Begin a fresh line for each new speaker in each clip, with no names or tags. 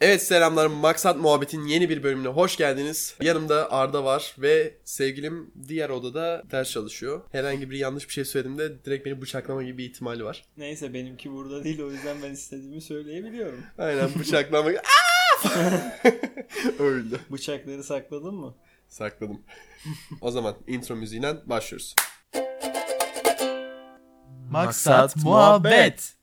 Evet selamlar Maksat Muhabbet'in yeni bir bölümüne hoş geldiniz. Yanımda Arda var ve sevgilim diğer odada ders çalışıyor. Herhangi bir yanlış bir şey söylediğimde direkt beni bıçaklama gibi bir ihtimali var.
Neyse benimki burada değil o yüzden ben istediğimi söyleyebiliyorum.
Aynen bıçaklama. Öldü.
Bıçakları sakladın mı?
Sakladım. o zaman intro müziğiyle başlıyoruz.
Maksat muhabbet.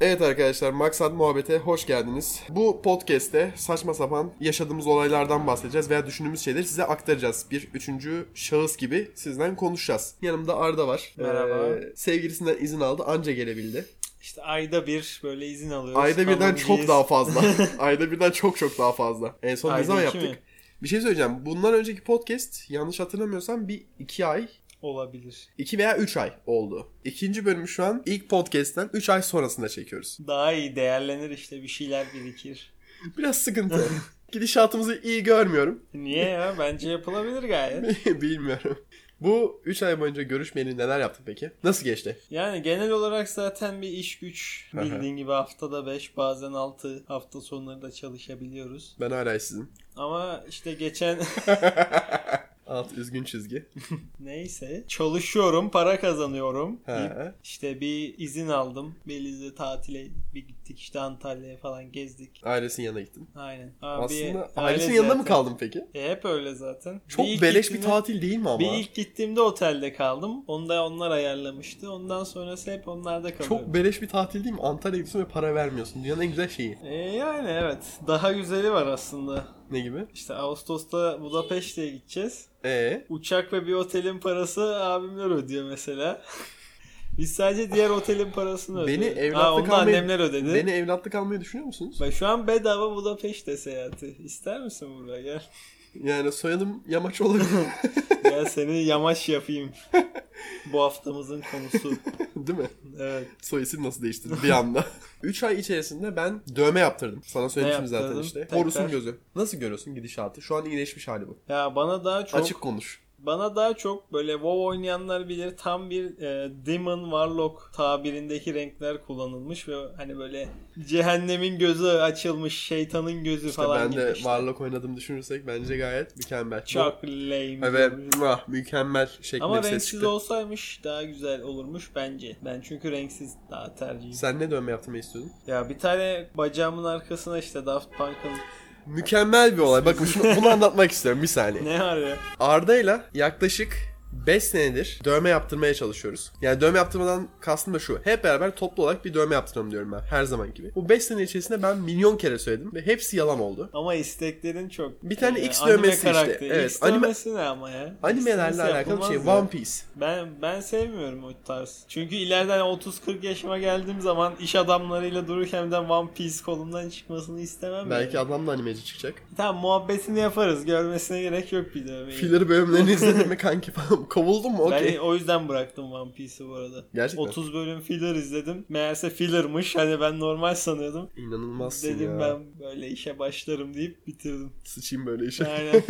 Evet arkadaşlar Maksat Muhabbet'e hoş geldiniz. Bu podcast'te saçma sapan yaşadığımız olaylardan bahsedeceğiz veya düşündüğümüz şeyleri size aktaracağız. Bir üçüncü şahıs gibi sizden konuşacağız. Yanımda Arda var.
Merhaba.
Ee, sevgilisinden izin aldı anca gelebildi.
İşte ayda bir böyle izin alıyoruz.
Ayda birden
kanuncuyiz.
çok daha fazla. Ayda birden çok çok daha fazla. En son ne
Ayda
zaman
iki
yaptık?
mi?
Bir şey söyleyeceğim. Bundan önceki podcast yanlış hatırlamıyorsam bir iki ay
Olabilir.
2 veya 3 ay oldu. İkinci bölümü şu an ilk podcast'ten 3 ay sonrasında çekiyoruz.
Daha iyi değerlenir işte bir şeyler birikir.
Biraz sıkıntı. Gidişatımızı iyi görmüyorum.
Niye ya? Bence yapılabilir gayet.
Bilmiyorum. Bu 3 ay boyunca görüşmeyeli neler yaptın peki? Nasıl geçti?
Yani genel olarak zaten bir iş güç.
Aha.
Bildiğin gibi haftada 5 bazen 6 hafta sonları da çalışabiliyoruz.
Ben hala işsizim.
Ama işte geçen
Alt üzgün çizgi.
neyse çalışıyorum para kazanıyorum. deyip
Ha.
İşte bir izin aldım. Belize tatile bir gittik işte Antalya'ya falan gezdik.
Ailesinin yanına gittim.
Aynen.
Aslında
bir
ailesinin
aile
yanında mı
zaten-
kaldın peki?
E, hep öyle zaten.
Çok
ilk
beleş bir
gittiğimde-
tatil değil mi ama?
Bir ilk gittiğimde otelde kaldım. Onu da onlar ayarlamıştı. Ondan sonrası hep onlarda kalıyorum.
Çok beleş bir tatil değil mi? Antalya'ya gidiyorsun ve para vermiyorsun. Dünyanın en güzel şeyi.
E, yani evet. Daha güzeli var aslında.
Ne gibi?
İşte Ağustos'ta Budapeşte'ye gideceğiz.
Ee,
Uçak ve bir otelin parası abimler ödüyor mesela. Biz sadece diğer otelin parasını
Beni
ödüyoruz.
evlatlık
Ha, onu da
almayı-
annemler ödedi.
beni evlatlık almayı düşünüyor musunuz?
Bak şu an bedava Budapeşte seyahati. İster misin buraya gel?
Yani soyadım yamaç olabilir.
Gel seni yamaç yapayım. Bu haftamızın konusu.
değil mi?
Evet.
Soy isim nasıl değiştirdim bir anda. 3 ay içerisinde ben dövme yaptırdım. Sana söylemiştim zaten
yaptırdın?
işte.
Tekrar.
Borusun gözü. Nasıl görüyorsun gidişatı? Şu an iyileşmiş hali bu.
Ya bana daha çok
Açık konuş.
bana daha çok böyle WoW oynayanlar bilir tam bir e, Demon Warlock tabirindeki renkler kullanılmış ve hani böyle cehennemin gözü açılmış, şeytanın gözü
İşte
falan
ben
gibi
de
işte.
varlık oynadığımı düşünürsek bence gayet mükemmel.
Çok lame.
Bu- Evet, mwah, mükemmel şeklinde
Ama
bir ses
renksiz
çıktı.
olsaymış daha güzel olurmuş bence. Ben çünkü renksiz daha tercihim.
Sen ne dövme yaptırmayı istiyordun?
Ya bir tane bacağımın arkasına işte Daft Punk'ın
Mükemmel bir olay. Bakın şunu, bunu anlatmak istiyorum bir saniye.
ne var ya?
Arda'yla yaklaşık 5 senedir dövme yaptırmaya çalışıyoruz. Yani dövme yaptırmadan kastım da şu. Hep beraber toplu olarak bir dövme yaptıralım diyorum ben her zaman gibi. Bu 5 sene içerisinde ben milyon kere söyledim ve hepsi yalan oldu.
Ama isteklerin çok.
Bir tane
Ee,
X
anime
dövmesi işte.
karakteri.
Evet,
X
anime-
dövmesi ne ama ya? X
Animelerle
dövmesi
alakalı şey
yapılmaz ya.
One Piece.
Ben ben sevmiyorum o tarz. Çünkü ileriden 30-40 yaşıma geldiğim zaman iş adamlarıyla dururken de One Piece kolumdan çıkmasını istemem.
Belki
yani.
adam da animeci çıkacak.
Tamam muhabbetini yaparız. Görmesine gerek yok bir dövmeyi.
Filler bölümlerini izledin mi kanki falan. Kovuldun mu? Okey.
Ben o yüzden bıraktım One Piece'i bu arada.
Gerçekten.
30 bölüm filler izledim. Meğerse fillermiş. Hani ben normal sanıyordum.
İnanılmazsın
Dedim
ya.
ben böyle işe başlarım deyip bitirdim.
Sıçayım böyle işe.
Aynen.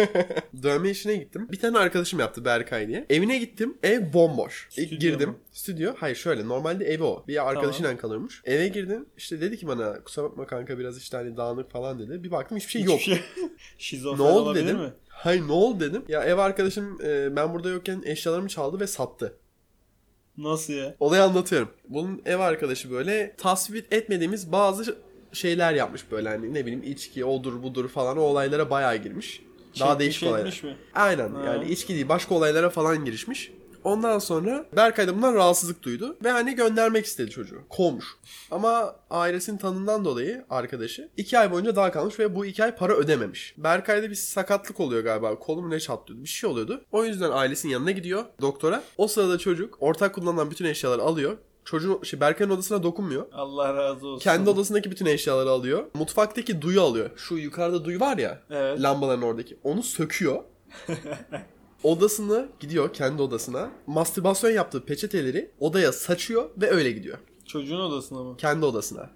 Dövme işine gittim. Bir tane arkadaşım yaptı Berkay diye. Evine gittim. Ev bomboş. İlk
Stüdyo
girdim.
mu?
Stüdyo. Hayır şöyle normalde evi o. Bir arkadaşıyla kalıyormuş. Eve girdim. İşte dedi ki bana kusura bakma kanka biraz işte hani dağınık falan dedi. Bir baktım hiçbir şey yok.
Hiçbir şey- Şizofren
Ne oldu
olabilir
dedim?
mi?
Hayır ne oldu dedim. Ya ev arkadaşım e, ben burada yokken eşyalarımı çaldı ve sattı.
Nasıl ya?
Olayı anlatıyorum. Bunun ev arkadaşı böyle tasvip etmediğimiz bazı şeyler yapmış böyle hani ne bileyim içki odur budur falan o olaylara bayağı girmiş. Daha
Çekmiş
değişik olaylar.
etmiş mi?
Aynen
Ha.
yani içki değil başka olaylara falan girişmiş. Ondan sonra Berkay da bundan rahatsızlık duydu ve hani göndermek istedi çocuğu. Kovmuş. Ama ailesinin tanından dolayı arkadaşı iki ay boyunca daha kalmış ve bu iki ay para ödememiş. Berkay'da bir sakatlık oluyor galiba. Kolum ne çatlıyordu bir şey oluyordu. O yüzden ailesinin yanına gidiyor doktora. O sırada çocuk ortak kullanılan bütün eşyaları alıyor. Çocuğun şey Berkay'ın odasına dokunmuyor.
Allah razı olsun.
Kendi odasındaki bütün eşyaları alıyor. Mutfaktaki duyu alıyor. Şu yukarıda duyu var ya
Evet.
lambaların oradaki. Onu söküyor. Odasını gidiyor kendi odasına. Mastürbasyon yaptığı peçeteleri odaya saçıyor ve öyle gidiyor.
Çocuğun odasına mı?
Kendi odasına.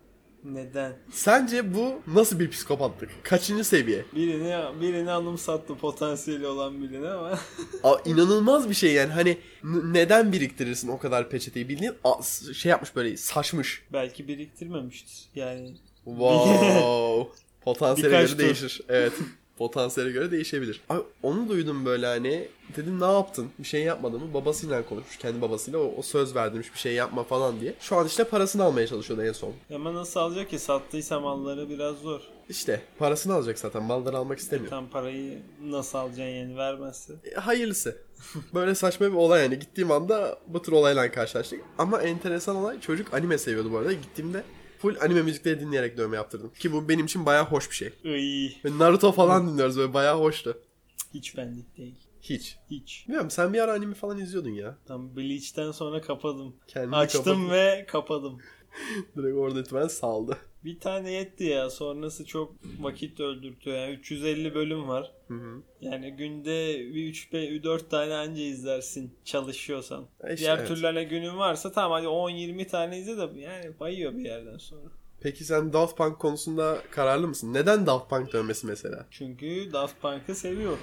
Neden?
Sence bu nasıl bir psikopatlık? Kaçıncı seviye?
Birini birini anımsattı potansiyeli olan birini ama
Aa, inanılmaz bir şey yani hani n- neden biriktirirsin o kadar peçeteyi bildiğin Aa, s- şey yapmış böyle saçmış.
belki biriktirmemiştir. Yani
Wow. Potansiyele
Birkaç
göre
tur.
değişir. Evet. Potansiyele göre değişebilir. Abi onu duydum böyle hani. Dedim ne yaptın? Bir şey yapmadın mı? Babasıyla konuşmuş. Kendi babasıyla. O, o söz verdirmiş bir şey yapma falan diye. Şu an işte parasını almaya çalışıyordu en son.
ama nasıl alacak ki sattıysa malları biraz zor.
İşte parasını alacak zaten. Malları almak istemiyor.
Tam parayı nasıl alacaksın yani vermezse.
E, hayırlısı. Böyle saçma bir olay yani. Gittiğim anda bu tür olayla karşılaştık. Ama enteresan olay çocuk anime seviyordu bu arada. Gittiğimde full anime müzikleri dinleyerek dövme yaptırdım. Ki bu benim için bayağı hoş bir şey.
Iy,
Böyle Naruto falan dinliyoruz böyle bayağı hoştu.
hiç benlik değil.
Hiç.
Hiç.
Bilmiyorum sen bir ara anime falan izliyordun ya.
Tam Bleach'ten sonra kapadım.
Kendini
Açtım
kapatıp
ve kapadım.
Direkt orada itibaren saldı.
Bir tane yetti ya. Sonrası çok vakit öldürtüyor. Yani 350 bölüm var.
Hı hı.
Yani günde 3 4 tane anca izlersin çalışıyorsan.
E işte,
Diğer
evet.
türlerine günün varsa tamam hadi 10 20 tane izle de yani bayıyor bir yerden sonra.
Peki sen Daft Punk konusunda kararlı mısın? Neden Daft Punk dönmesi mesela?
Çünkü Daft Punk'ı seviyorum.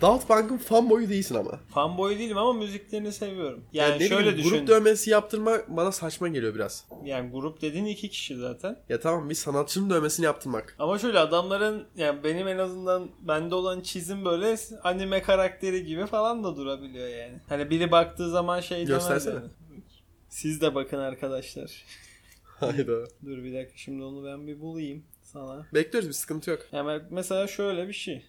Daft Punk'ın fanboyu değilsin ama.
Fanboy değilim ama müziklerini seviyorum.
Yani,
Yani,
ne
şöyle
bileyim,
düşün.
Grup dövmesi yaptırma bana saçma geliyor biraz.
yani grup dediğin iki kişi zaten.
Ya tamam bir sanatçının dövmesini yaptırmak.
Ama şöyle adamların yani benim en azından bende olan çizim böyle anime karakteri gibi falan da durabiliyor yani. Hani biri baktığı zaman şey demez
Göstersene.
yani. Siz de bakın arkadaşlar.
Hayda.
Dur bir dakika şimdi onu ben bir bulayım sana.
Bekliyoruz bir sıkıntı yok.
Yani mesela şöyle bir şey.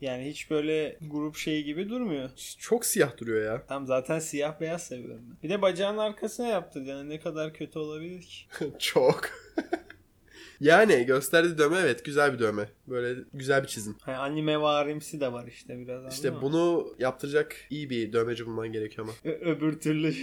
Yani hiç böyle grup şeyi gibi durmuyor.
Çok siyah duruyor ya.
Tam zaten siyah beyaz seviyorum ben. Bir de bacağın arkasına yaptı yani ne kadar kötü olabilir ki?
Çok. yani gösterdiği dövme evet güzel bir dövme. Böyle güzel bir çizim.
Hani anime varimsi de var işte biraz anladın mı?
İşte bunu yaptıracak iyi bir dövmeci bulman gerekiyor ama.
Ö- öbür türlü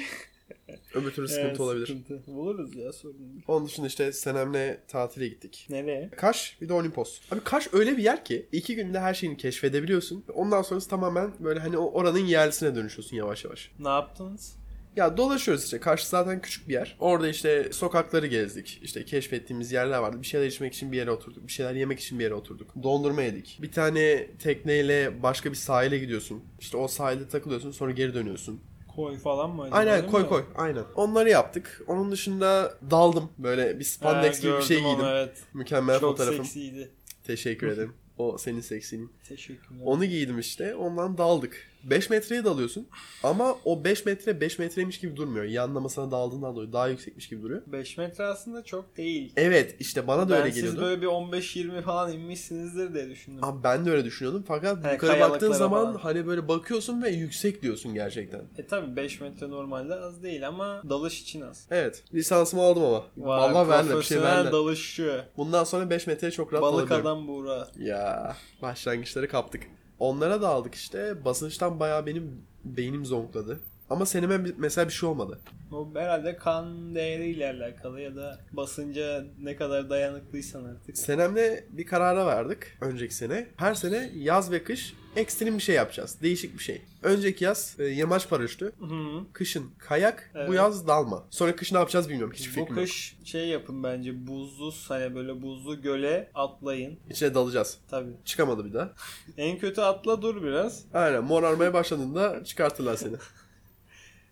Öbür türlü sıkıntı
Evet,
olabilir.
sıkıntı. Buluruz ya sorun değil.
Onun dışında işte Senem'le tatile gittik.
Nereye?
Kaş bir de Olimpos. Abi Kaş öyle bir yer ki iki günde her şeyini keşfedebiliyorsun. Ondan sonrası tamamen böyle hani o oranın yerlisine dönüşüyorsun yavaş yavaş.
Ne yaptınız?
Ya dolaşıyoruz işte. Kaş zaten küçük bir yer. Orada işte sokakları gezdik. İşte keşfettiğimiz yerler vardı. Bir şeyler içmek için bir yere oturduk. Bir şeyler yemek için bir yere oturduk. Dondurma yedik. Bir tane tekneyle başka bir sahile gidiyorsun. İşte o sahilde takılıyorsun sonra geri dönüyorsun.
Koy falan mı acaba?
Aynen
değil
koy
mi?
koy aynen. Onları yaptık. Onun dışında daldım. Böyle bir spandex
Ha,
gibi bir şey
gördüm onu,
giydim.
evet.
Mükemmel
Çok
fotoğrafım.
seksiydi.
Teşekkür ederim. O senin seksin.
Teşekkürler.
Onu giydim işte. Ondan daldık. 5 metreye dalıyorsun. Ama o 5 metre 5 metreymiş gibi durmuyor. Yanlamasına daldığından dolayı daha yüksekmiş gibi duruyor.
5 metre aslında çok değil.
Evet işte bana da
ben
öyle
siz
geliyordu.
böyle bir 15-20 falan inmişsinizdir diye düşündüm.
Abi ben de öyle düşünüyordum. Fakat yukarı
He,
baktığın
kayalıklara
zaman
falan.
hani böyle bakıyorsun ve yüksek diyorsun gerçekten.
E tabi 5 metre normalde az değil ama dalış için az.
Evet. Lisansımı aldım ama. Vallahi verdiler bir şey
profesyonel
verdiler.
dalışçı.
Bundan sonra 5 metreye çok rahat
Balık
dalabilirim.
adam Buğra.
Ya başlangıçları kaptık. Onlara da aldık işte. Basınçtan bayağı benim beynim zonkladı. Ama senime bir- mesela bir şey olmadı.
O herhalde kan değeriyle alakalı ya da basınca ne kadar dayanıklıysan artık.
Senemle bir karara verdik önceki sene. Her sene yaz ve kış ekstrem bir şey yapacağız. Değişik bir şey. Önceki yaz e, yamaç paraşütü.
Hı.
Kışın kayak, bu
Evet.
yaz dalma. Sonra kış ne yapacağız bilmiyorum. Hiç
Bu
fikrim yok.
kış şey yapın bence buzlu hani böyle buzlu göle atlayın.
İçine dalacağız.
Tabi.
Çıkamadı bir daha.
En kötü atla dur biraz.
Aynen morarmaya başladığında çıkartırlar seni.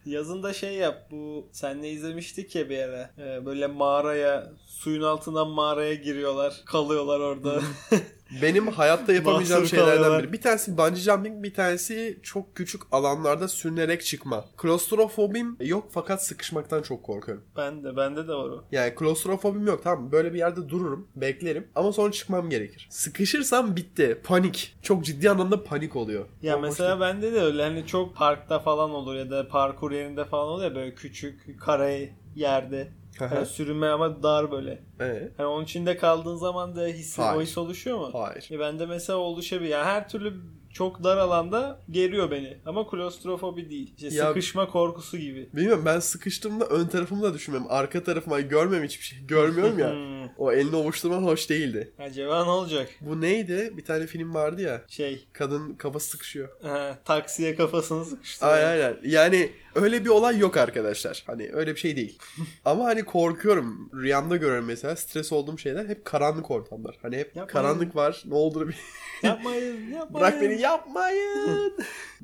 Yazında şey yap bu senle izlemiştik ya bir ara. Ee, böyle mağaraya suyun altından mağaraya giriyorlar kalıyorlar orada.
Benim hayatta yapamayacağım
Mahsur
şeylerden
kalıyorlar.
biri. Bir tanesi bungee jumping, bir tanesi çok küçük alanlarda sürünerek çıkma. Klostrofobim yok fakat sıkışmaktan çok korkuyorum.
ben de bende de var o.
Yani klostrofobim yok tamam mı? Böyle bir yerde dururum, beklerim ama sonra çıkmam gerekir. Sıkışırsam bitti. Panik. Çok ciddi anlamda panik oluyor.
Ya
Çok hoş
mesela bende de öyle hani çok parkta falan olur ya da parkur yerinde falan oluyor ya, böyle küçük kare yerde.
değil. Hı
Yani
hı.
sürünme ama dar böyle.
Ee,
Hani onun içinde kaldığın zaman da hissi
Hayır.
o his oluşuyor mu?
Ee, Hayır.
E bende mesela oluşabilir. Yani her türlü çok dar alanda geriyor beni. Ama klostrofobi değil. İşte
Ya-
sıkışma korkusu gibi.
Bilmiyorum ben sıkıştığımda ön tarafımı da düşünmem. Arka tarafımı hani görmem hiçbir şey. Görmüyorum ya.
Hmm.
O elini ovuşturma hoş değildi.
Acaba ne olacak?
Bu neydi? Bir tane film vardı ya.
Şey
Kadın kafası sıkışıyor.
ha, taksiye kafasını sıkıştı.
Aynen aynen. Yani öyle bir olay yok arkadaşlar. Hani öyle bir şey değil. Ama hani korkuyorum. Rüyamda görüyorum mesela stres olduğum şeyler hep karanlık ortamlar. Hani hep
Yapmayın.
karanlık var. Ne olur bir
Yapmayın yapmayın.
bırak beni yapmayın.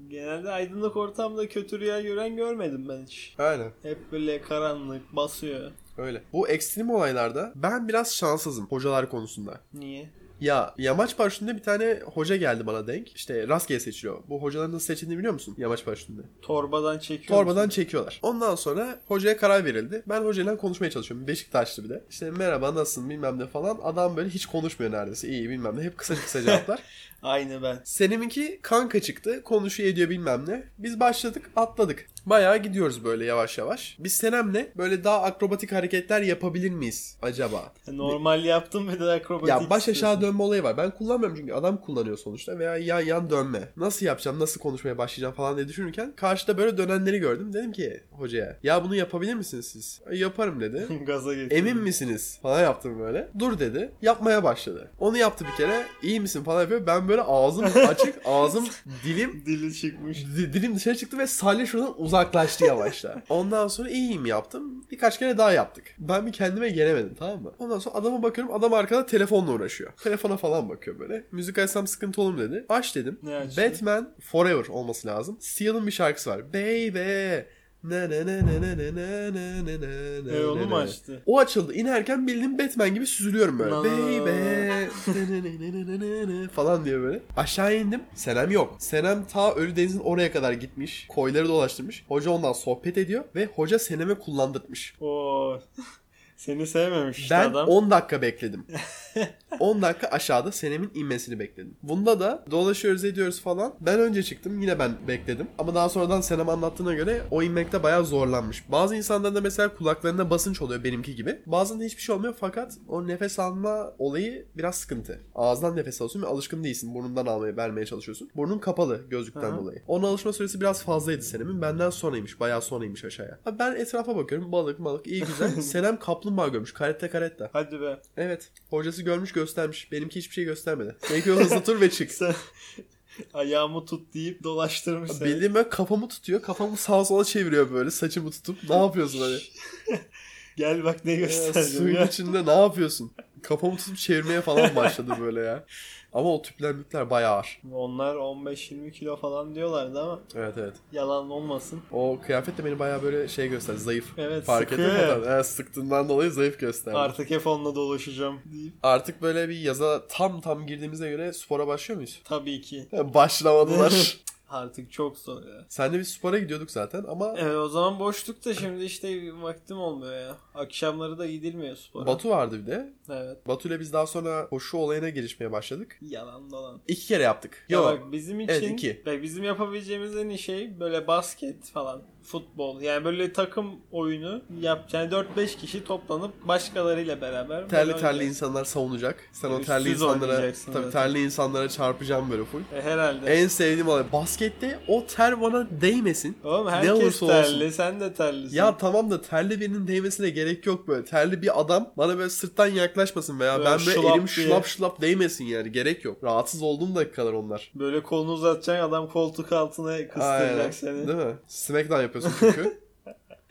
Genelde aydınlık ortamda kötü rüya gören görmedim ben hiç.
aynen.
Hep böyle karanlık basıyor.
Öyle. Bu ekstrem olaylarda ben biraz şanssızım hocalar konusunda.
Niye?
Ya yamaç paraşütünde bir tane hoca geldi bana denk. İşte rastgele seçiliyor. Bu hocaların nasıl seçildiğini biliyor musun? Yamaç paraşütünde.
Torbadan çekiyor.
Torbadan
musun?
çekiyorlar. Ondan sonra hocaya karar verildi. Ben hocayla konuşmaya çalışıyorum. Beşiktaşlı bir de. İşte merhaba nasılsın bilmem ne falan. Adam böyle hiç konuşmuyor neredeyse. İyi bilmem ne. Hep kısa kısa cevaplar.
Aynı ben.
Seninki kanka çıktı. Konuşuyor ediyor bilmem ne. Biz başladık atladık. Bayağı gidiyoruz böyle yavaş yavaş. Biz Senem'le böyle daha akrobatik hareketler yapabilir miyiz acaba?
Normal yaptım bir de akrobatik.
Ya baş aşağı
istiyorsun.
dönme olayı var. Ben kullanmıyorum çünkü adam kullanıyor sonuçta veya yan yan dönme. Nasıl yapacağım, nasıl konuşmaya başlayacağım falan diye düşünürken karşıda böyle dönenleri gördüm. Dedim ki hocaya ya bunu yapabilir misiniz siz? "E, Yaparım dedi.
Gaza getirdim.
Emin misiniz? Falan yaptım böyle. Dur dedi. Yapmaya başladı. Onu yaptı bir kere. İyi misin falan yapıyor. Ben böyle ağzım açık, ağzım dilim
Dili çıkmış.
D- dilim dışarı çıktı ve salya şuradan uzaklaştı yavaşça. Ondan sonra iyiyim yaptım. Birkaç kere daha yaptık. Ben bir kendime gelemedim tamam mı? Ondan sonra adama bakıyorum adam arkada telefonla uğraşıyor. Telefona falan bakıyor böyle. Müzik açsam sıkıntı olur mu dedi. Aç dedim.
Ne açtı?
Batman Forever olması lazım. Seal'ın bir şarkısı var. Baby. Ne ne ne ne ne ne ne ne ne ne ne
E, onu
ne
mu
ne.
açtı?
O açıldı. İnerken bildiğim Batman gibi süzülüyorum böyle.
Na-
Baby ne- ne- ne- ne- ne- ne- ne falan diye böyle. Aşağı indim. Senem yok. Senem ta Ölüdeniz'in oraya kadar gitmiş. Koyları dolaştırmış. Hoca ondan sohbet ediyor ve hoca Senem'e kullandırmış.
Oo. Seni sevmemiş işte
Ben
adam.
10 dakika bekledim. 10 dakika aşağıda Senem'in inmesini bekledim. Bunda da dolaşıyoruz ediyoruz falan. Ben önce çıktım yine ben bekledim. Ama daha sonradan Senem anlattığına göre o inmekte bayağı zorlanmış. Bazı insanların da mesela kulaklarında basınç oluyor benimki gibi. Bazında hiçbir şey olmuyor fakat o nefes alma olayı biraz sıkıntı. Ağızdan nefes alıyorsun ve alışkın değilsin. Burnundan almaya vermeye çalışıyorsun. Burnun kapalı gözlükten
Aha.
dolayı. Onun alışma süresi biraz fazlaydı Senem'in. Benden sonraymış. Bayağı sonraymış aşağıya. Abi ben etrafa bakıyorum. Balık malık iyi güzel. Senem kaplumbağa görmüş. Karette karette.
Hadi be.
Evet. Hocası görmüş göstermiş. Benimki hiçbir şey göstermedi. Benimki böyle hızlı tur ve çık.
Sen ayağımı tut deyip dolaştırmış seni.
Bildiğim böyle kafamı tutuyor. Kafamı sağa sola çeviriyor böyle. Saçımı tutup. Ne yapıyorsun hani?
Gel bak ne
Ya,
göstereceğim
Ee, suyun
ya.
içinde ne yapıyorsun? Kafamı tutup çevirmeye falan başladı böyle ya. Ama o tüplenmekler bayağı ağır.
Onlar 15-20 kilo falan diyorlardı ama
Evet evet.
yalan olmasın.
O kıyafet de beni bayağı böyle şey gösterdi. Zayıf.
Evet,
Fark
sıkıyor
ettim
ya.
adam. Evet, sıktığından dolayı zayıf gösterdi.
Artık hep onunla dolaşacağım deyip
Artık böyle bir yaza tam tam girdiğimize göre spora başlıyor muyuz?
tabii ki
Başlamadılar.
artık çok zor ya.
Sen de bir spora gidiyorduk zaten ama
Evet o zaman boşlukta şimdi işte vaktim olmuyor ya. Akşamları da gidilmiyor spora.
Batu vardı bir de.
evet.
Batu'yla biz daha sonra koşu olayına girişmeye başladık.
Yalan dolan.
İki kere yaptık.
Ya
Yok.
bak bizim için
Evet, iki.
bak bizim yapabileceğimiz en iyi şey böyle basket falan, futbol. Yani böyle takım oyunu yap. Yani 4-5 kişi toplanıp başkalarıyla beraber böyle
Terli terli
oynayacağız.
insanlar savunacak. Sen o
Üstsüz
terli insanlara
oynayacaksın
tabii
zaten.
terli insanlara çarpacağım böyle full.
E, herhalde.
En sevdiğim olay baskette o ter bana değmesin.
Oğlum
ne
herkes
olursa
terli,
olsun.
sen de terlisin.
Ya tamam da terli birinin değmesine gerek yok böyle. Terli bir adam bana böyle sırttan yaklaşmasın veya
Böyle
ben böyle
şılap
elim
diye.
şulap şulap değmesin yani gerek yok. Rahatsız olduğum dakikalar onlar.
Böyle kolunu uzatacaksın adam koltuk altına kıstıracak
Aynen.
seni.
Değil mi? Smackdown yapıyorsun çünkü.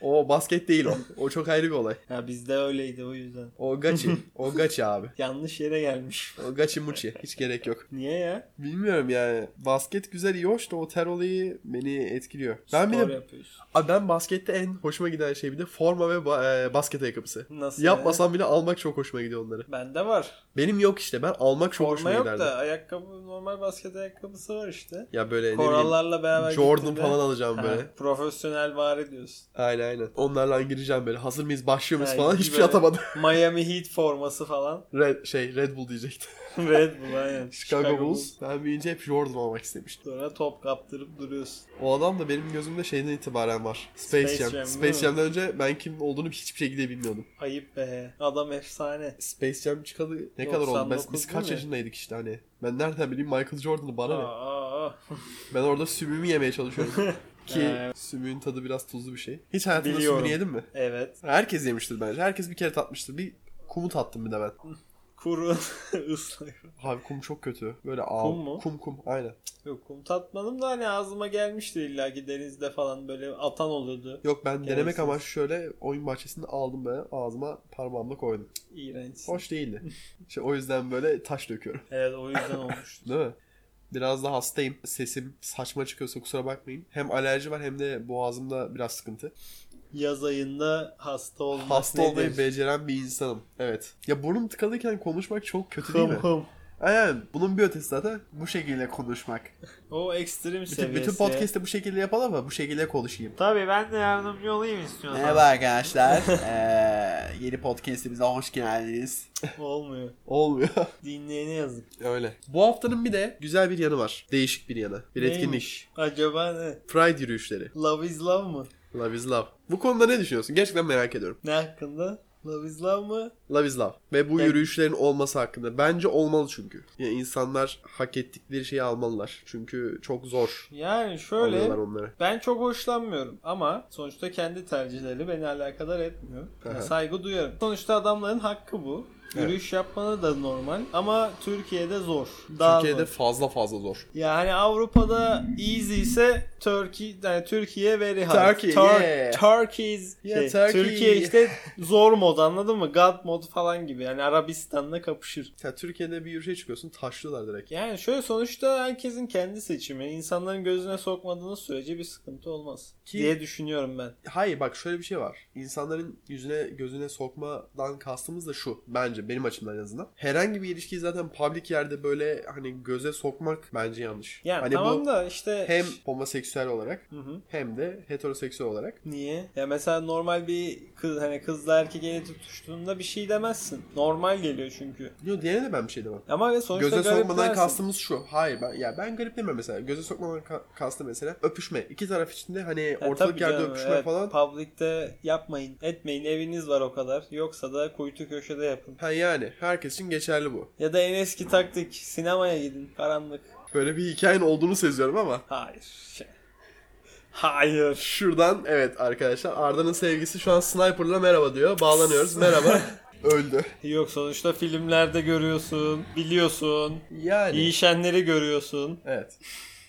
o basket değil o. O çok ayrı bir olay.
Ya bizde öyleydi o yüzden.
O gachi. O gachi abi.
Yanlış yere gelmiş.
O gachi muchi. Hiç gerek yok.
Niye ya?
Bilmiyorum yani. Basket güzel iyi hoş da o ter olayı beni etkiliyor. Ben
Ben
bir
Spor
de
yapıyorsun.
Abi ben baskette en hoşuma giden şey bir de forma ve ba- e, basket ayakkabısı.
Nasıl ya?
Yapmasam bile almak çok hoşuma gidiyor onları.
Bende var.
Benim yok işte. Ben almak çok
Forma
hoşuma
yok
giderdi.
da ayakkabı normal basket ayakkabısı var işte.
Ya böyle ne bileyim
Korallarla beraber
Jordan
gittiğinde-
falan alacağım
Ha,
böyle.
Profesyonel var diyorsun.
Aynen aynen. Onlarla gireceğim böyle. Hazır mıyız başlıyor muyuz
Ha,
falan.
gibi
Hiçbir şey
böyle.
atamadım.
Miami Heat forması falan.
Red, şey Red Bull diyecektim.
Red Bull aynen.
Chicago Bulls. Ben büyüyünce hep Jordan olmak istemiştim.
Sonra top kaptırıp duruyorsun.
O adam da benim gözümde şeyden itibaren var. Space,
Space
Jam.
Jam, değil mi?
Space Jam'den önce ben kim olduğunu hiçbir şekilde bilmiyordum.
Ayıp be. Adam efsane.
Space Jam çıkalı ne kadar oldu? Biz, biz
99 değil
kaç
mi?
yaşındaydık işte hani. Ben nereden bileyim Michael Jordan'ı bana ne?
Aa, aa.
Ben orada sümüğümü yemeye çalışıyorum. Ki
Evet.
sümüğün tadı biraz tuzlu bir şey. Hiç hayatında
Biliyorum.
sümüğünü yedin mi?
evet.
Herkes yemiştir bence. Herkes bir kere tatmıştır. Bir Kumut attım bir de ben.
Kuru ıslak.
Abi kum çok kötü. Böyle ağ.
Kum mu?
Kum kum aynen.
Yok kum tatmadım da hani ağzıma gelmişti illa ki denizde falan böyle atan oluyordu.
Yok ben denemek
Gereksiz.
amaçlı şöyle oyun bahçesinde aldım ben ağzıma parmağımla koydum.
İğrenç.
Hoş değildi. İşte o yüzden böyle taş döküyorum.
Evet o yüzden olmuştu.
Değil mi? Biraz da hastayım. Sesim saçma çıkıyorsa kusura bakmayın. Hem alerji var hem de boğazımda biraz sıkıntı.
Yaz ayında hasta olmak
Hasta
nedir?
olmayı beceren bir insanım. Evet. Ya burnum tıkalıyken konuşmak çok kötü değil
Hım
mi?
hım.
Aynen. Bunun bir ötesi zaten bu şekilde konuşmak.
O ekstrem
Bütün,
seviyesi.
bütün podcast'te bu şekilde yapalım ama bu şekilde konuşayım.
Tabii ben de yardımcı olayım istiyorsan.
Merhaba arkadaşlar. Ee, yeni podcast'imize hoş geldiniz.
Olmuyor.
Olmuyor.
Dinleyene yazık.
Öyle. Bu haftanın bir de güzel bir yanı var. Değişik bir yanı. Bir
Neymiş?
etkinlik.
Acaba ne?
Pride yürüyüşleri.
Love is love mı?
Love is love. Bu konuda ne düşünüyorsun? Gerçekten merak ediyorum.
Ne hakkında? Love is love mı?
Love is love. Ve bu
Ben-
yürüyüşlerin olması hakkında. Bence olmalı çünkü. Ya insanlar hak ettikleri şeyi almalılar. Çünkü çok zor.
Yani
Alıyorlar
şöyle
onları.
ben çok hoşlanmıyorum ama sonuçta kendi tercihleri beni alakadar etmiyor. Yani
Aha.
saygı duyarım. Sonuçta adamların hakkı bu. Yürüyüş yapmanı da normal ama Türkiye'de zor. Daha
Türkiye'de
zor.
fazla fazla zor.
Yani hani Avrupa'da easy ise Turkey yani Türkiye very hard.
Turkey, yeah.
Turkey is
Yeah,
şey,
Turkey.
Türkiye işte zor mod anladın mı? God mod falan gibi. Yani Arabistan'la kapışır.
Ya Türkiye'de bir yürüyüşe çıkıyorsun taşlıyorlar direkt.
Yani şöyle sonuçta herkesin kendi seçimi. İnsanların gözüne sokmadığınız sürece bir sıkıntı olmaz
Ki-
diye düşünüyorum ben.
Hayır bak şöyle bir şey var. İnsanların yüzüne gözüne sokmadan kastımız da şu. Bence benim açımdan en azından. Herhangi bir ilişkiyi zaten public yerde böyle hani göze sokmak bence yanlış.
Yani
hani
tamam
bu
da işte
hem homoseksüel olarak
Hı hı.
hem de heteroseksüel olarak.
Niye? Ya mesela normal bir kız hani kızla erkek eli tutuştuğunda bir şey demezsin. Normal geliyor çünkü.
Yo diğerine de ben bir şey demem.
Ama ve sonuçta
Göze
garip
sokmadan
dersin.
kastımız şu. Hayır ben ya ben garip demem mesela. Göze sokmadan ka- kastı mesela öpüşme. İki taraf içinde hani
Ya
ortalık
E, tabii
yerde
canım,
öpüşme
evet.
falan.
Public'te yapmayın, etmeyin. Eviniz var o kadar. Yoksa da kuytu köşede yapın.
Ha yani herkes için geçerli bu.
Ya da en eski taktik sinemaya gidin. Karanlık.
Böyle bir hikayenin olduğunu seziyorum ama.
Hayır. Şey. Hayır.
Şuradan evet arkadaşlar Arda'nın sevgisi şu an Sniper'la merhaba diyor. Bağlanıyoruz merhaba. Öldü.
Yok sonuçta filmlerde görüyorsun, biliyorsun.
Yani.
Yiyişenleri görüyorsun.
Evet.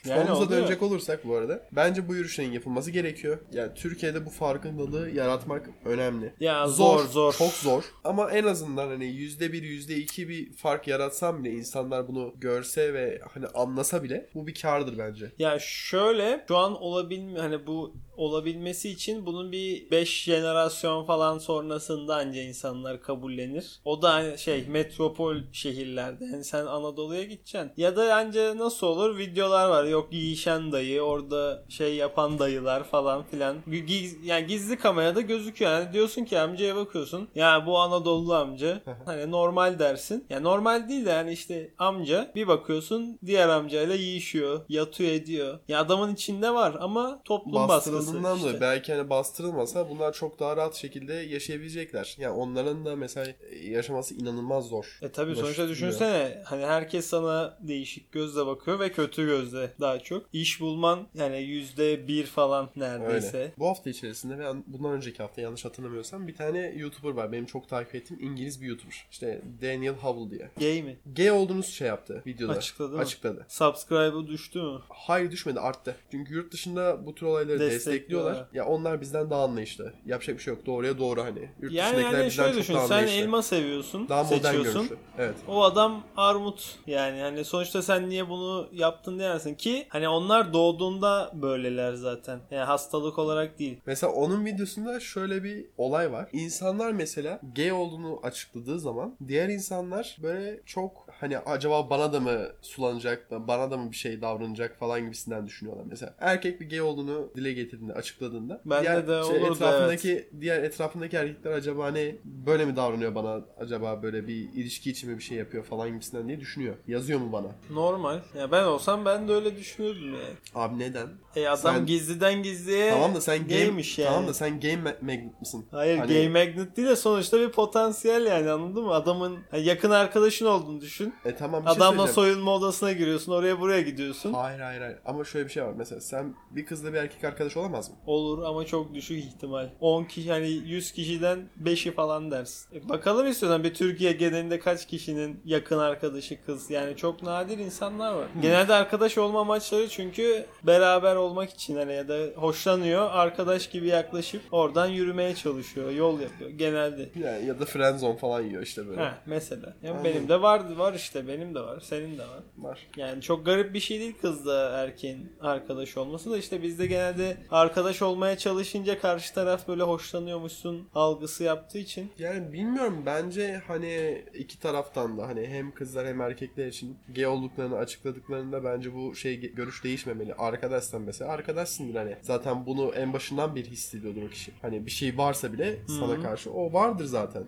Yani
Konumuza
oluyor.
dönecek olursak bu arada. Bence bu yürüyüşlerin yapılması gerekiyor. Yani Türkiye'de bu farkındalığı yaratmak önemli.
Ya zor zor.
Çok zor. Ama en azından hani yüzde bir, yüzde iki bir fark yaratsam bile insanlar bunu görse ve hani anlasa bile bu bir kardır bence.
Ya şöyle şu an olabilme hani bu olabilmesi için bunun bir 5 jenerasyon falan sonrasında anca insanlar kabullenir. O da hani şey metropol şehirlerde. Yani sen Anadolu'ya gideceksin. Ya da anca nasıl olur? Videolar var. Yok yiyişen dayı, orada şey yapan dayılar falan filan. Gi- giz- yani gizli kamerada gözüküyor. Yani diyorsun ki amcaya bakıyorsun. Ya bu Anadolu amca. hani normal dersin. Ya normal değil de yani işte amca bir bakıyorsun diğer amcayla yiyişiyor, yatıyor ediyor. Ya adamın içinde var ama toplum baskısı.
Bastırıldığından
işte.
dolayı belki hani bastırılmasa bunlar çok daha rahat şekilde yaşayabilecekler. Yani onların da mesela e, yaşaması inanılmaz zor.
E tabii sonuçta
Ulaşılmıyor.
düşünsene hani herkes sana değişik gözle bakıyor ve kötü gözle daha çok. İş bulman yani yüzde bir falan neredeyse.
Öyle. Bu hafta içerisinde ve bundan önceki hafta yanlış hatırlamıyorsam bir tane YouTuber var. Benim çok takip ettiğim İngiliz bir YouTuber. İşte Daniel Howell diye.
Gay mi?
Gay olduğunuz şey yaptı videoda.
Açıkladı mı?
Açıkladı.
Subscribe'ı düştü mü?
Hayır düşmedi arttı. Çünkü yurt dışında bu tür olayları
Destekliyorlar.
destekliyorlar. Ya onlar bizden daha anlayışlı. Yapacak bir şey yok. Doğruya doğru hani. Yurt
Yani
dışındakiler
yani
bizden
şöyle
çok
düşün
daha
sen
anlayışlı.
elma seviyorsun
daha modern
seçiyorsun.
görünüşlü. Evet.
O adam armut yani hani sonuçta sen niye bunu yaptın diyersin ki hani onlar doğduğunda böyleler zaten yani hastalık olarak değil.
Mesela onun videosunda şöyle bir olay var. İnsanlar mesela gay olduğunu açıkladığı zaman diğer insanlar böyle çok hani acaba bana da mı sulanacak, bana da mı bir şey davranacak falan gibisinden düşünüyorlar mesela. Erkek bir gay olduğunu dile getirdiğinde, açıkladığında şey
Bende de olurdu,
etrafındaki diğer etrafındaki erkekler acaba hani böyle mi davranıyor bana? Acaba böyle bir ilişki için mi bir şey yapıyor falan gibisinden diye düşünüyor. Yazıyor mu bana?
Normal. Ya ben olsam ben de öyle düşünürdüm yani.
Abi neden?
E adam
Sen-
gizliden gizliye
tamam da sen game,
gaymiş E, yani.
Tamam da sen game ma- magnet mısın?
Hayır
Hani-
gay magnet değil de sonuçta bir potansiyel yani anladın mı? Adamın hani yakın arkadaşın olduğunu düşün.
E tamam bir şey
Adamla
söyleyeceğim.
soyunma odasına giriyorsun oraya buraya gidiyorsun.
Hayır hayır hayır. Ama şöyle bir şey var. Mesela sen bir kızla bir erkek arkadaş olan olamaz mı?
Olur ama çok düşük ihtimal. 10 kişi hani 100 kişiden 5'i falan dersin. E, bakalım istiyorsan bir Türkiye genelinde kaç kişinin yakın arkadaşı kız. Yani çok nadir insanlar var. Genelde arkadaş olma amaçları çünkü beraber olmak için hani ya da hoşlanıyor. Arkadaş gibi yaklaşıp oradan yürümeye çalışıyor. Yol yapıyor genelde.
Ya, ya da friendzone falan yiyor işte böyle.
Heh, mesela. Yani
Anladım.
benim de vardı var işte benim de var senin de var.
Var.
Yani çok garip bir şey değil kızla erkeğin arkadaş olması da işte bizde genelde arkadaş olmaya çalışınca karşı taraf böyle hoşlanıyormuşsun algısı yaptığı için.
Yani bilmiyorum bence hani iki taraftan da hani hem kızlar hem erkekler için gay olduklarını açıkladıklarında bence bu şey görüş değişmemeli. Arkadaşsan mesela arkadaşsındır hani. Zaten bunu en başından bir hissediyordur o kişi. Hani bir şey varsa bile sana karşı o vardır zaten.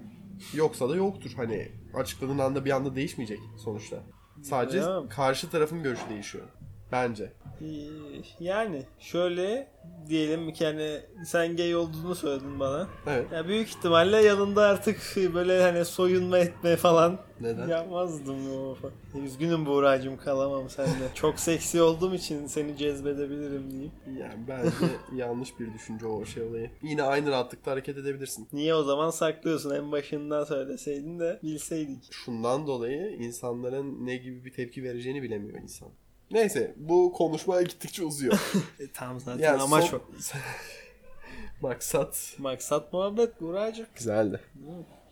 Yoksa da yoktur hani açıkladığın anda bir anda değişmeyecek sonuçta. Sadece
Ya.
karşı tarafın görüşü değişiyor. Bence.
Ee, Yani şöyle diyelim ki hani sen gay olduğunu söyledin bana.
Evet.
Ya büyük ihtimalle yanında artık böyle hani soyunma etme falan
Neden?
yapmazdım. bu. Üzgünüm Buğra'cığım kalamam sende. Çok seksi olduğum için seni cezbedebilirim diyeyim.
Yani bence yanlış bir düşünce o şey olayı. Yine aynı rahatlıkta hareket edebilirsin.
Niye o zaman saklıyorsun? En başından söyleseydin de bilseydik.
Şundan dolayı insanların ne gibi bir tepki vereceğini bilemiyor insan. Neyse bu konuşmaya gittikçe uzuyor.
E, tam zaten
Yani
amaç
son-
o.
Maksat.
Maksat muhabbet Buracık.
Güzeldi.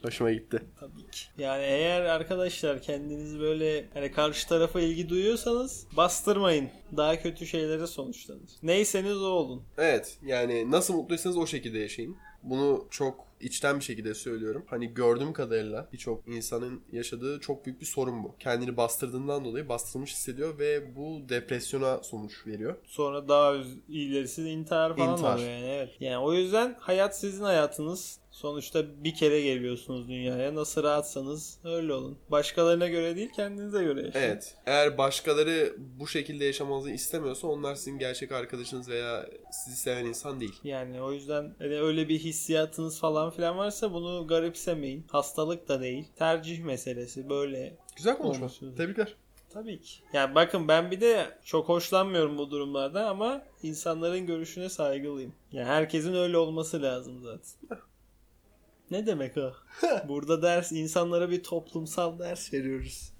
Hoşuma gitti.
Tabii ki. Yani eğer arkadaşlar kendiniz böyle hani karşı tarafa ilgi duyuyorsanız bastırmayın. Daha kötü şeylere sonuçlanır. Neyseniz o olun.
Evet yani nasıl mutluysanız o şekilde yaşayın. Bunu çok içten bir şekilde söylüyorum. Hani gördüğüm kadarıyla birçok insanın yaşadığı çok büyük bir sorun bu. Kendini bastırdığından dolayı bastırılmış hissediyor ve bu depresyona sonuç veriyor.
Sonra daha üz- ilerisi de intihar falan
İntihar.
oluyor yani evet. Yani o yüzden hayat sizin hayatınız. Sonuçta bir kere geliyorsunuz dünyaya. Nasıl rahatsanız öyle olun. Başkalarına göre değil kendinize göre yaşayın.
Evet. Eğer başkaları bu şekilde yaşamanızı istemiyorsa onlar sizin gerçek arkadaşınız veya sizi seven insan değil.
Yani o yüzden hani öyle bir hissiyatınız falan filan varsa bunu garipsemeyin. Hastalık da değil. Tercih meselesi böyle.
Güzel konuşma.
Olmuş.
Tebrikler.
Tabii ki. Yani bakın ben bir de çok hoşlanmıyorum bu durumlarda ama insanların görüşüne saygılıyım. Yani herkesin öyle olması lazım zaten. Ne demek o? Burada ders insanlara bir toplumsal ders veriyoruz.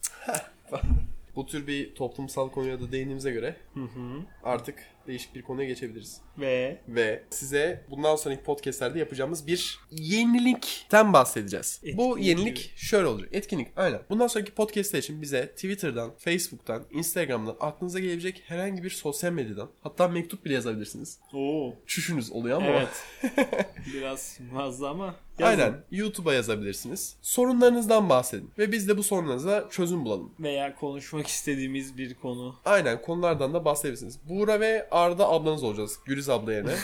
Bu tür bir toplumsal konuya da değindiğimize göre
Hı hı.
artık değişik bir konuya geçebiliriz.
Ve
Ve size bundan sonraki podcastlerde yapacağımız bir yenilikten bahsedeceğiz. Bu
Etkinlik
yenilik
gibi.
şöyle olacak. Etkinlik aynen. Bundan sonraki podcastler için bize Twitter'dan, Facebook'tan, Instagram'dan aklınıza gelebilecek herhangi bir sosyal medyadan hatta mektup bile yazabilirsiniz.
Oo.
Çüşünüz oluyor ama
Evet. Biraz fazla ama yazın.
Aynen. YouTube'a yazabilirsiniz. Sorunlarınızdan bahsedin. Ve biz de bu sorunlarınıza çözüm bulalım.
Veya konuşmak istediğimiz bir konu.
Aynen konulardan da bahsedebilirsiniz. Buğra ve Arda ablanız olacağız. Güliz abla yerine.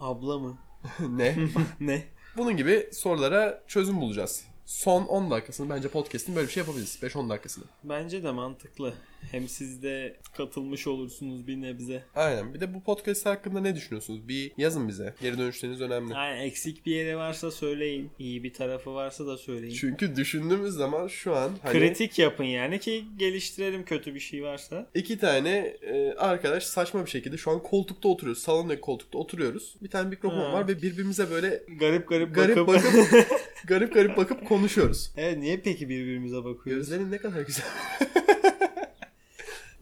Abla mı?
ne?
ne?
Bunun gibi sorulara çözüm bulacağız. Son 10 dakikasını bence podcast'in böyle bir şey yapabiliriz. 5-10 dakikasını.
Bence de mantıklı. Hem siz de katılmış olursunuz bir nebze.
Aynen. Bir de bu podcast hakkında ne düşünüyorsunuz? Bir yazın bize. Geri dönüşleriniz önemli.
Yani eksik bir yeri varsa söyleyin. İyi bir tarafı varsa da söyleyin.
Çünkü düşündüğümüz zaman şu an hani
Kritik yapın yani ki geliştirelim kötü bir şey varsa.
iki tane e, arkadaş saçma bir şekilde şu an koltukta oturuyoruz. Salondaki koltukta oturuyoruz. Bir tane mikrofon
Ha.
var ve birbirimize böyle
Garip garip,
garip
bakıp.
bakıp garip garip bakıp konuşuyoruz.
evet niye peki birbirimize bakıyoruz?
Gözlerin ne kadar güzel.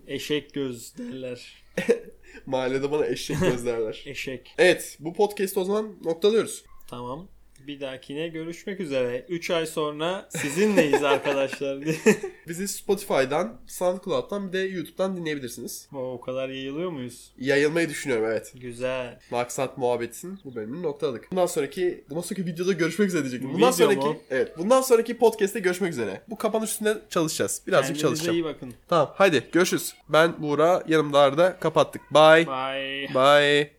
Eşek göz derler.
Mahallede bana eşek gözlerler.
Eşek.
Evet bu podcast'i o zaman noktalıyoruz.
Tamam. Bir dahakine görüşmek üzere. 3 ay sonra sizinleyiz arkadaşlar.
Bizi Spotify'dan, SoundCloud'dan bir de YouTube'dan dinleyebilirsiniz.
o o kadar yayılıyor muyuz?
Yayılmayı düşünüyorum evet.
Güzel.
Maksat muhabbetin bu bölümünü noktaladık. Bundan sonraki bundan sonraki videoda görüşmek üzere diyecektim. Bundan
Video
sonraki
mu?
evet bundan sonraki podcast'te görüşmek üzere. Bu kapanış üstünde çalışacağız. Birazcık
Kendinize
çalışacağım.
iyi bakın.
Tamam hadi görüşürüz. Ben Buğra yanımda Arda kapattık. Bye.
Bye.
Bye.